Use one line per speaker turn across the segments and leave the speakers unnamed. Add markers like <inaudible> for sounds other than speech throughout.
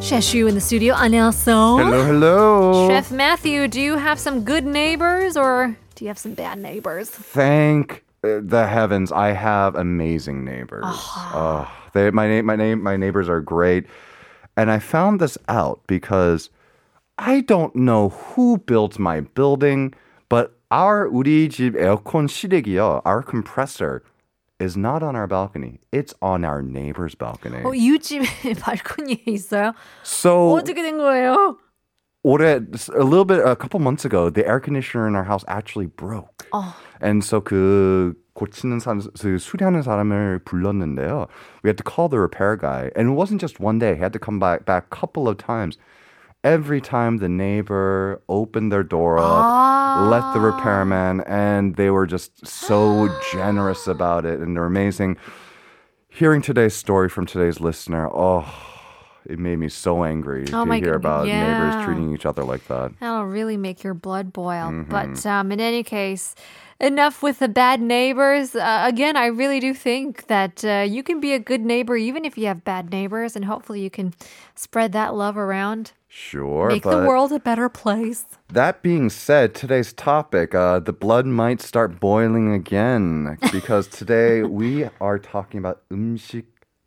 Cheshu in the studio, and also
Hello, hello.
Chef Matthew. Do you have some good neighbors or do you have some bad neighbors?
Thank uh, the heavens, I have amazing neighbors.
Ah.
Oh, they, my name, my name, my neighbors are great, and I found this out because I don't know who built my building, but our 우리 집 에어컨 실외기요, our compressor is not on our balcony. It's on our neighbor's balcony.
어, 이웃집에 Oh, <laughs> 발코니에 있어요?
so
어떻게 된 거예요?
올해 a little bit a couple months ago the air conditioner in our house actually broke. And so 그 고치는 사람 그 수리하는 사람을 불렀는데요. We had to call the repair guy and it wasn't just one day. He had to come back back a couple of times. Every time the neighbor opened their door up,
Ah.
let the repairman, and they were just so generous about it, and they're amazing. Hearing today's story from today's listener, oh, it made me so angry
Oh
to
my goodness,
hear about
yeah.
neighbors treating each other like that.
That'll really make your blood boil. But um, in any case, enough with the bad neighbors. Uh, again, I really do think that uh, you can be a good neighbor even if you have bad neighbors, and hopefully you can spread that love around,
Sure,
make
but
the world a better place.
that being said, today's topic, uh, the blood might start boiling again
<laughs>
because today we are talking about 음식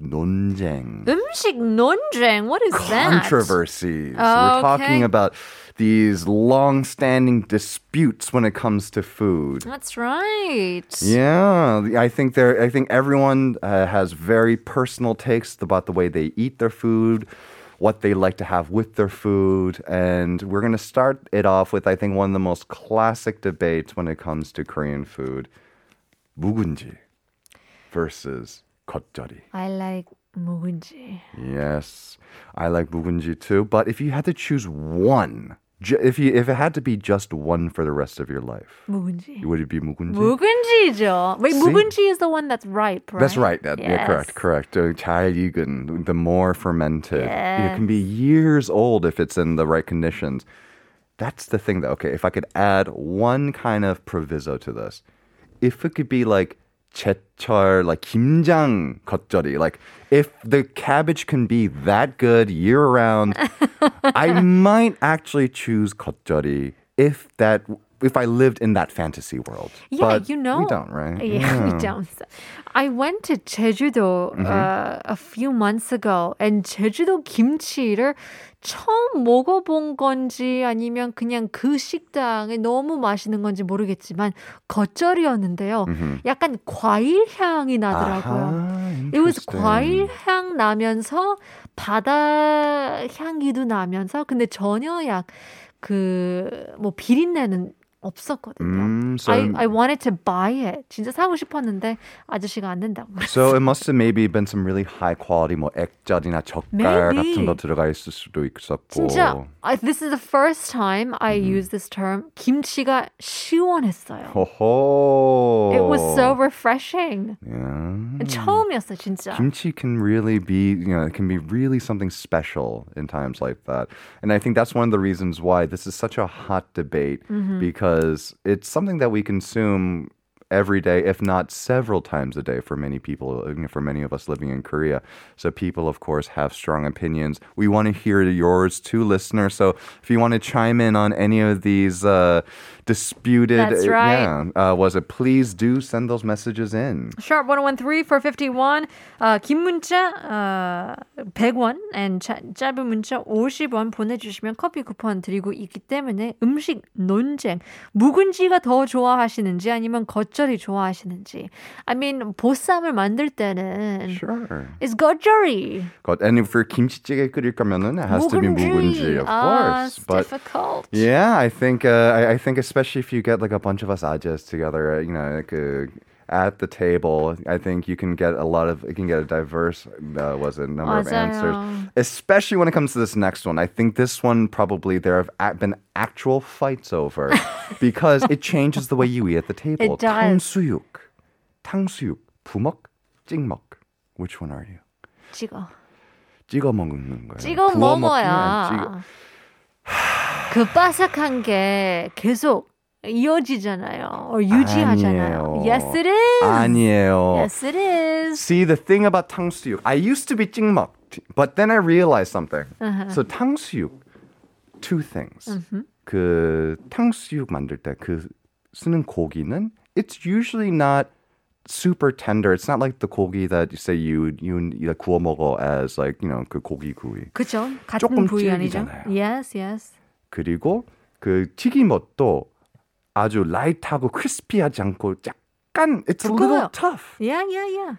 논쟁.
음식 논쟁. What is that?
controversies.
Oh,
We're talking
okay.
about these long-standing disputes when it comes to food.
That's right.
Yeah, the- I think there. I think everyone uh, has very personal takes about the way they eat their food, what they like to have with their food, and we're gonna start it off with I think one of the most classic debates when it comes to Korean food: 묵은지 versus 겉절이.
I like 묵은지.
Yes, I like 묵은지 too. But if you had to choose one, ju- if you if it had to be just one for the rest of your life,
묵은지.
would it be 묵은지?
묵은지죠. Wait,
See?
묵은지 is the one that's ripe, right?
That's right. That, Yeah, correct.
Yes.
Correct. Uh, 잘 익은, the more fermented. It
Yes.
can be years old if it's in the right conditions. That's the thing, though. Okay, if I could add one kind of proviso to this, if it could be like 제철, like 김장 겉절이, like if the cabbage can be that good
<laughs>
year round, I might actually choose 겉절이 if that if I lived in that fantasy world.
Yeah,
But
you know.
we don't,
<laughs>
right?
Yeah, we don't. 예, I went to 제주도 uh, a few months ago, and 제주도 김치를 처음 먹어본 건지 아니면 그냥 그 식당에 너무 맛있는 건지 모르겠지만 겉절이었는데요. 약간 과일 향이 나더라고요.
Ah,
It was
interesting.
과일 향 나면서 바다 향기도 나면서 근데 전혀 약그뭐 비린내는 없었거든요.
Mm, so,
I, I wanted to buy it. 진짜 사고 싶었는데 아저씨가 안 된다고.
so it must have maybe been some really high quality 뭐 액젓이나 젓갈
Maybe.
같은 거 들어가 있을 수도 있었고.
진짜 I, this is the first time I use this term. 김치가 시원했어요.
호호.
It was so refreshing.
Yeah.
처음이었어 진짜.
Kimchi can really be, you know, it can be really something special in times like that. And I think that's one of the reasons why this is such a hot debate
Mm-hmm.
because it's something that we consume every day, if not several times a day for many people, you know, for many of us living in Korea. So people, of course, have strong opinions. We want to hear yours too, listener. So if you want to chime in on any of these uh, disputed,
That's
uh,
right. Mm-hmm.
yeah, uh, was it, please do send those messages in.
Sharp 1013 for 51. 아, 긴 문자 아, 100원 and 자- 짧은 문자 50원 보내주시면 커피 쿠폰 드리고 있기 때문에 음식 논쟁 묵은지가 더 좋아하시는지 아니면 겉절이 좋아하시는지 I mean 보쌈을 만들 때는
Sure.
It's 겉절이
God, and if for 김치찌개 끓일 거면은 it has to be 묵은지,
아,
of course.
Ah, it's
But
difficult.
yeah, I think uh, I, I think especially if you get like a bunch of us ajas together, uh, you know, like, uh, at the table, I think you can get a lot of you can get a diverse uh, was it number of answers,
맞아요.
especially when it comes to this next one. I think this one probably there have a- been actual
<laughs>
fights over because it changes the way you eat at the table.
It does.
탕수육, 탕수육, 부먹, 찍먹. Which one are you?
찍어.
찍어 먹는 거예요.
찍어
구워 먹기는
먹어야 그 바삭한 게 계속 이어지잖아요. or 유지하잖아요.
아니에요.
Yes it is.
아니에요.
Yes it is.
See the thing about 탕수육. I used to be 찍먹. But then I realized something.
Uh-huh.
So 탕수육, two things.
Mm-hmm.
그 탕수육 만들 때 그 쓰는 고기는 it's usually not super tender. It's not like the 고기 that you say you you like, 구워 먹어 as like you know 그 고기 구이.
그죠? 같은
조금
부위 아니죠?
질기잖아요.
Yes, yes.
그리고 그 튀김옷도 아주 라이트하고 크리스피하지 않고 약간 it's a
두꺼워요.
little tough.
Yeah, yeah, yeah.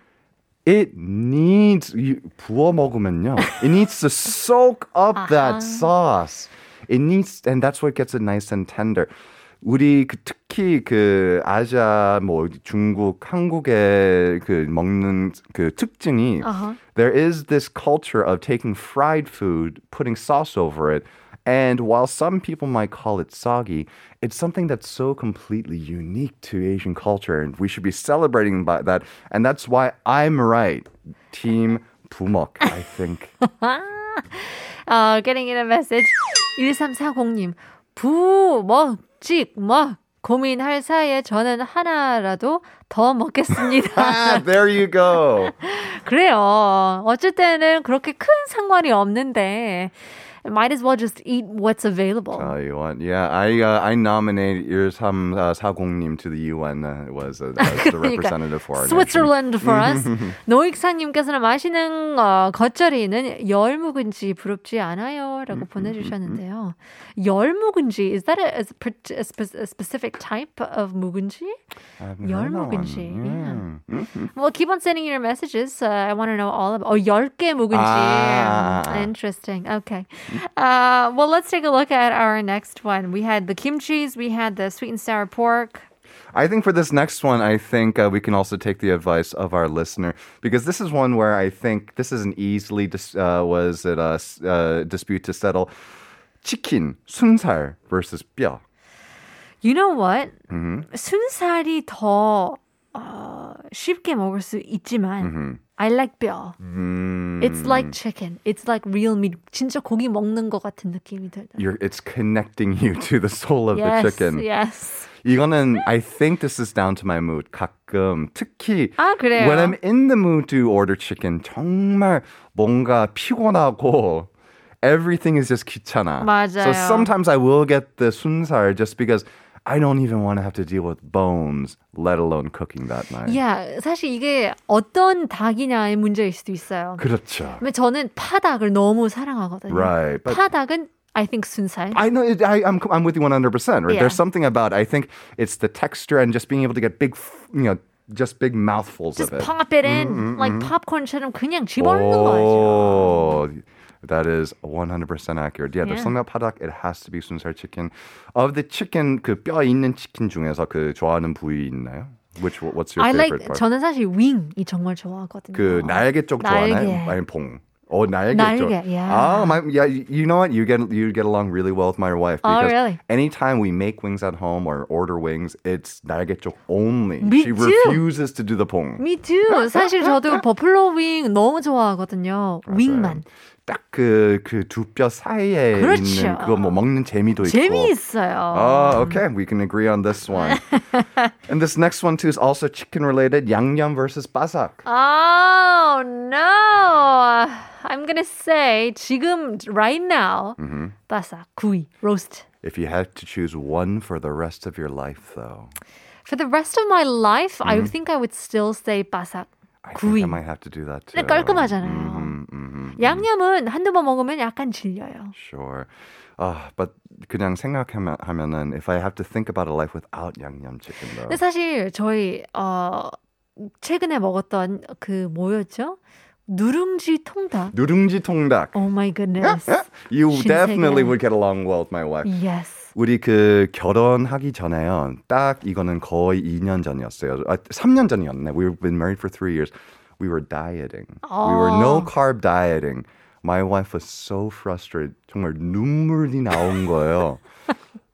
It needs you, 부어 먹으면요. It needs to soak up that sauce. It needs and that's what gets it nice and tender. 우리 그 특히 그 아시아 뭐 중국 한국의 그 먹는 그 특징이
Uh-huh.
there is this culture of taking fried food, putting sauce over it. And while some people might call it soggy, it's something that's so completely unique to Asian culture, and we should be celebrating by that. And that's why I'm right, Team Pumok. I think. <laughs>
Uh, 아, getting in a message. 1340님. 부, 뭐, 찍, 뭐. 고민할 사이에 저는 하나라도 더
<laughs>
먹겠습니다.
ah, there you go.
그래요. 어쩔 때는 그렇게 큰 상관이 없는데 might as well just eat what's available.
Oh, you want? Yeah, I uh, I nominate your Sam uh, Sagongnim to the UN. Uh, was uh,
<laughs>
as the representative for our nation.
Switzerland
<laughs>
for us. 노익사님께서는 맛있는 어, 겉절이는 열무근지 부럽지 않아요라고
Mm-hmm.
보내주셨는데요. 열무근지 is that a, a, spe- a spe- a specific type of 묵은지?
I haven't heard that one.
열무근지.
Yeah. Mm-hmm.
Well, keep on sending your messages. Uh, I want to know all about. Oh, 10개 묵은지.
아.
Interesting. Okay. Uh, well, let's take a look at our next one. We had the kimchi's, we had the sweet and sour pork.
I think for this next one, I think uh, we can also take the advice of our listener because this is one where I think this is an easily dis- uh, was it a s- uh, dispute to settle. Chicken 순살 versus 뼈.
You know what?
음.
순살이 더 어, 쉽게 먹을 수 있지만
음.
I like 뼈.
Mm,
It's like chicken. It's like real meat. 진짜 고기 먹는 것 같은 느낌이 들다.
you're, it's connecting you <laughs> to the soul of
Yes,
the chicken.
yes.
이거는 I think this is down to my mood. 가끔 특히
아, 그래요?
when I'm in the mood to order chicken 정말 뭔가 피곤하고 everything is just 귀찮아. So
맞아요.
sometimes I will get the 순살 just because I don't even want to have to deal with bones, let alone cooking that night.
Yeah, 사실 이게 어떤 닭이냐의 문제일 수도 있어요.
그렇죠.
근데 저는 파닭을 너무 사랑하거든요.
Right, but-
파닭은 I think 순살.
I know. It, I, I'm I'm with you 100. percent Right?
Yeah.
There's something about. I think it's the texture and just being able to get big, f- you know, just big mouthfuls
Just
of it. Mm,
pop it in like popcorn처럼 그냥 집어넣는 거죠.
Oh, that is 100% accurate. Yeah,
Yeah.
there's something about padak. It has to be 순살 chicken. Of the chicken, 그뼈 있는 치킨 중에서 그 좋아하는 부위 있나요? Which what's your
I
favorite
like
part?
저는 사실 윙이 정말 좋아하거든요.
그 날개 쪽
날개.
좋아하나요? 아니 봉. 어 날개, 쪽.
날개, yeah.
Oh, my, yeah. You you know what? You get you get along really well with my wife
Oh,
because
really?
anytime we make wings at home or order wings, it's 날개 쪽 only.
Me
she
too.
refuses to do the 봉.
Me too.
<laughs>
사실 저도 버플로 윙 너무 좋아하거든요. 윙만.
딱 그 그 두 뼈 사이에
그렇죠.
있는 그거 뭐 먹는 재미도 있고.
재미있어요.
Oh, okay. We can agree on
<laughs>
this one. and this next one too is also chicken related. Yangyam versus basak. 아.
Oh no. I'm gonna say 지금 right now 바삭 구이 roast.
If you had to choose one for the rest of your life, though,
For the rest of my life, I think I would still say 바삭
음. I
구이.
think I might have to do that too.
근데 깔끔하잖아요.
음,
양념은 한두 번 먹으면 약간 질려요.
Sure. Uh, but 그냥 생각하면은 if I have to think about a life without 양념 chicken though.
근데 사실 저희 어 최근에 먹었던 그 뭐였죠? 누룽지 통닭.
누룽지 통닭.
Oh my goodness.
You
신세계.
definitely would get along well with my wife.
yes.
우리 그 결혼하기 전에요. 딱 이거는 거의 2년 전이었어요. 아, 3년 전이었네. We've been married for three years. We were dieting. We were
아.
no carb dieting. My wife was so frustrated. 정말 눈물이
<laughs>
나온 거예요.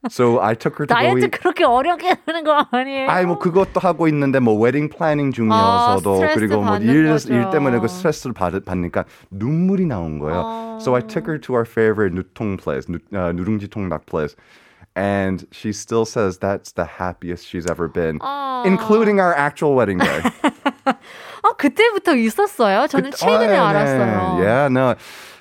so I took her to go
다이어트
eat.
그렇게 어렵게 하는 거 아니에요?
아이 뭐 그것도 하고 있는데 뭐 웨딩 플래닝 중이어서도
스트레스
그리고
받는
뭐일
거죠.
일 때문에 그 스트레스를 받, 받니까 눈물이 나온 거예요. So I took her to our favorite 누통 place, 누, 아, 누룽지 통닭 place. And she still says that's the happiest she's ever been, including our actual wedding day.
아, 그때부터 있었어요? 예, 저는
그-
<laughs> 최근에
아, 네.
알았어요.
Yeah, no.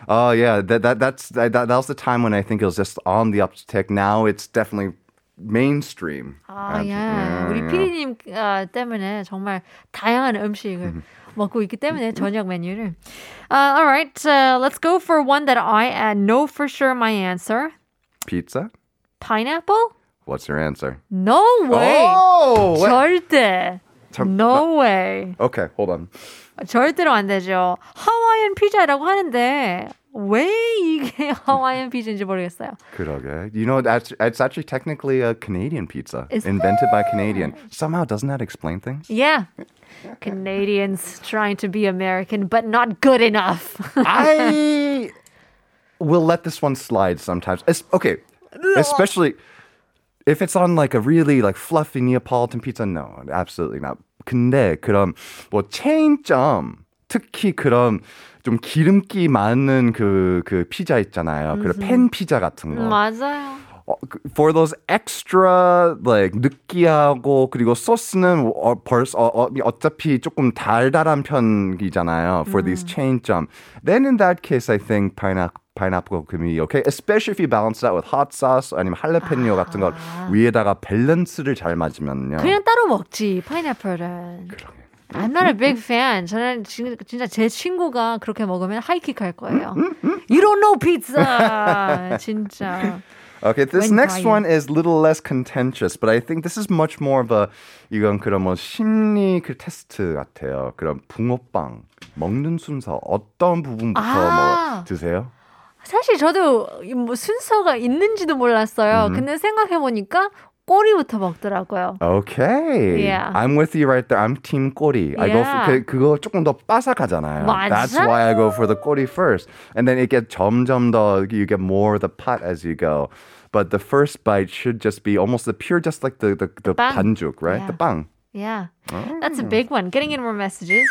Oh yeah, that that that's that, that was the time when I think it was just on the uptick. Now it's definitely mainstream.
아,
And,
예.
yeah,
우리
yeah.
피디님 아, 때문에 정말 다양한 음식을 음. 먹고 있기 때문에 저녁 메뉴를. Uh, all right, uh, let's go for one that I uh, know for sure my answer.
Pizza?
Pineapple?
What's your answer?
No way.
Oh, wait.
절대.
잠-
No way.
okay, hold on.
절대로 안 되죠. 하와이안 피자라고 하는데 왜 이게 <laughs> 하와이안 피자인지 모르겠어요.
그러게. You know, that's it's actually technically a Canadian pizza invented by Canadian. Somehow, doesn't that explain things?
Yeah. Canadians trying to be American but not good enough.
I will let this one slide sometimes. Es- okay, especially if it's on like a really like fluffy Neapolitan pizza. No, absolutely not. 근데 그럼 뭐 체인점 특히 그런 좀 기름기 많은 그, 그 피자 있잖아요. 그런 팬 피자 같은 거.
맞아요.
어, 그- for those extra like 느끼하고 그리고 소스는 어, 벌써 어, 어, 어차피 조금 달달한 편이잖아요. For these
음.
chain jump, then in that case, I think pineapple. 파인애플 can be okay, especially if you balance that with hot sauce 아니면 할라페뇨 같은 걸 위에다가 밸런스를 잘 맞으면요.
아. 그냥 따로 먹지 파인애플은. I'm not a big fan. 저는 지- 진짜 제 친구가 그렇게 먹으면 하이킥 할 거예요. You don't know pizza. 진짜.
Okay, this
웬
next
과일.
one is little less contentious, but I think this is much more of a 이건 그런 뭐 심리 그 테스트 같아요. 그럼 붕어빵 먹는 순서 어떤 부분부터
아.
뭐 드세요?
사실 저도 이뭐 순서가 있는지도 몰랐어요. 근데 생각해 보니까 꼬리부터 먹더라고요.
Okay,
Yeah.
I'm with you right there. I'm team 꼬리. I go
Yeah.
for, 그, 그거 조금 더 바삭하잖아요.
맞아.
That's why I go for the 꼬리 first, and then it gets 점점 더 you get more of the pot as you go. But the first bite should just be almost the pure, just like the the, the,
빵.
반죽, right? The
Yeah.
빵.
Yeah. That's a big one. Getting in more messages.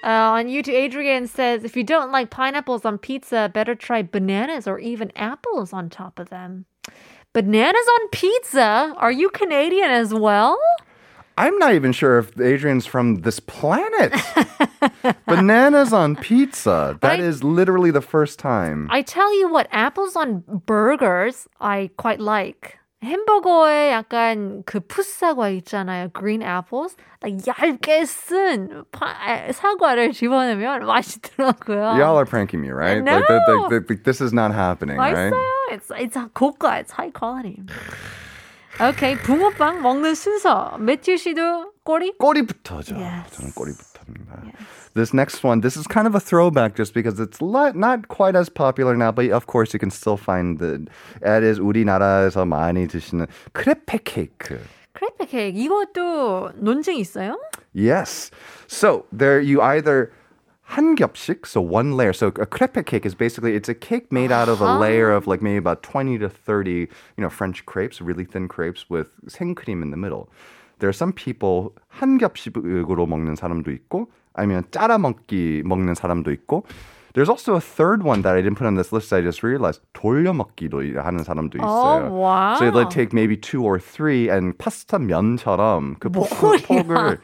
Uh, on YouTube, Adrian says, if you don't like pineapples on pizza, better try bananas or even apples on top of them. Bananas on pizza? Are you Canadian as well?
I'm not even sure if Adrian's from
<laughs>
this planet. Bananas on pizza. That
Right?
is literally the first time.
I tell you what, apples on burgers, I quite like. 햄버거에 약간 그 풋사과 있잖아요. green apples. like 얇게 쓴 파, 아, 사과를 집어넣으면 <laughs> 맛있더라고요.
Y'all are pranking me, right? Like, the,
Oh. No.
the, the, this is not happening, right?
맛있어요. It's it's a 고가, it's high quality. Okay, 붕어빵 먹는 순서. 매튜 씨도 꼬리?
꼬리부터죠.
Yes.
저는 꼬리부터입니다. This next one, this is kind of a throwback just because it's li- not quite as popular now, but of course you can still find the. It is 우리나라에서 많이 드시는 크레페 케이크.
크레페 케이크 이것도 논쟁 있어요?
Yes. So there you either 한 겹씩, so one layer. So a crepe cake is basically it's a cake made out of a layer of like maybe about 20 to 30, you know, French crepes, really thin crepes with 생크림 in the middle. There are some people 한 겹씩으로 먹는 사람도 있고 아니면 짜라 먹기 먹는 사람도 있고 There's also a third one that I didn't put on this list. I just realized 돌려 먹기도 하는 사람도 있어요.
Oh, wow.
So they take maybe two or three and 파스타 면처럼 그 폭- 폭을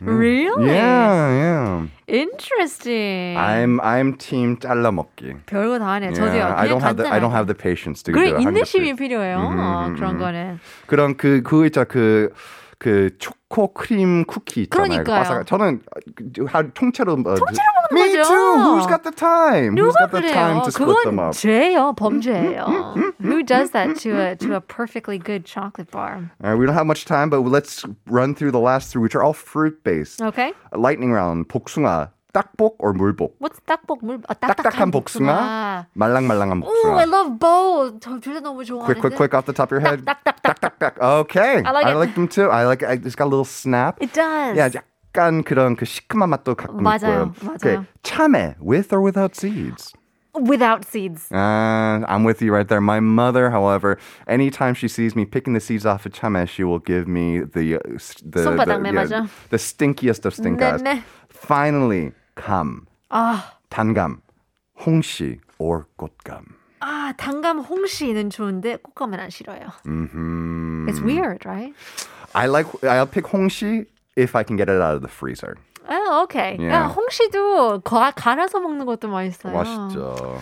Really?
음. Yeah, yeah.
Interesting.
I'm I'm team 잘라 먹기.
별거 다 하네. 저도요.
Yeah,
그냥
I don't have the I don't
간단하게.
have the 음, patience to
그래
do it.
인내심이 필요해요. 그런 거는.
그런 그 그거 있잖아 그그 초코 크림 쿠키 있잖아요. 그
그러니까요.
바삭한- 저는 그- 하- 통째로 통째로 먹는 Me
거죠.
too. Who's got the time? Who's
누가
got the time
그래요?
to split them
그건
up? Mm,
죄예요. 범죄예요. Who does that to a to a perfectly good chocolate bar?
All right, we don't have much time, but let's run through the last three, which are all fruit based.
Okay.
Lightning round. 복숭아, 딱복 or 물복.
What's 딱복 물? 아,
딱딱한
딱딱한 복숭아.
복숭아, 말랑말랑한
Ooh, I
복숭아.
love both. 저 둘다 너무 좋아하는데.
Quick, quick, quick off the top of your head.
Tuck, tuck, tuck,
Tuck, tuck, tuck. Okay.
I like it.
them too. I like it. It's got a little snap.
It does.
Yeah, 약간 그런 그 시큼한 맛도 가끔
맞아요,
있고요.
맞아요.
Okay. 참외, with or without seeds?
Without seeds.
Uh, I'm with you right there. My mother, however, anytime she sees me picking the seeds off of chame, she will give me the uh, s- the the,
손바닥 매맞아.
the stinkiest of stink eyes.
네네.
Finally, 감,
아,
단감, 홍시 or 꽃감.
아 단감 홍시는 좋은데
Mm-hmm.
꽃가면 안 싫어요. It's weird, right?
I like I'll pick 홍시 if I can get it out of the freezer.
Oh, 아, 오케이. 야,
Yeah.
홍시도 가, 갈아서 먹는 것도 맛있어요.
맛있죠.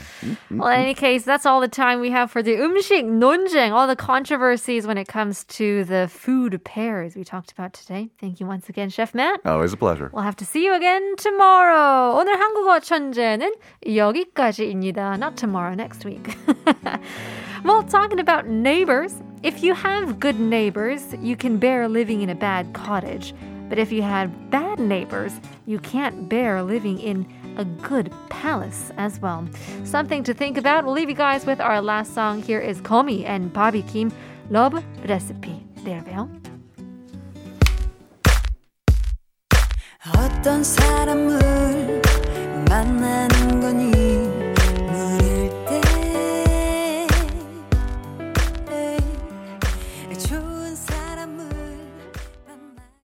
Well, in any case, that's all the time we have for the 음식 논쟁, all the controversies when it comes to the food pairs we talked about today. Thank you once again, Chef Matt.
Always a pleasure.
We'll have to see you again tomorrow. 오늘 한국어 천재는 여기까지입니다. Not tomorrow, next week. <laughs> well, talking about neighbors, if you have good neighbors, you can bear living in a bad cottage. But if you have bad neighbors, you can't bear living in a good palace as well. Something to think about. We'll leave you guys with our last song. Here is Komi and Bobby Kim, Love Recipe. 내일 봬요.
어떤 사람을 만나는 거니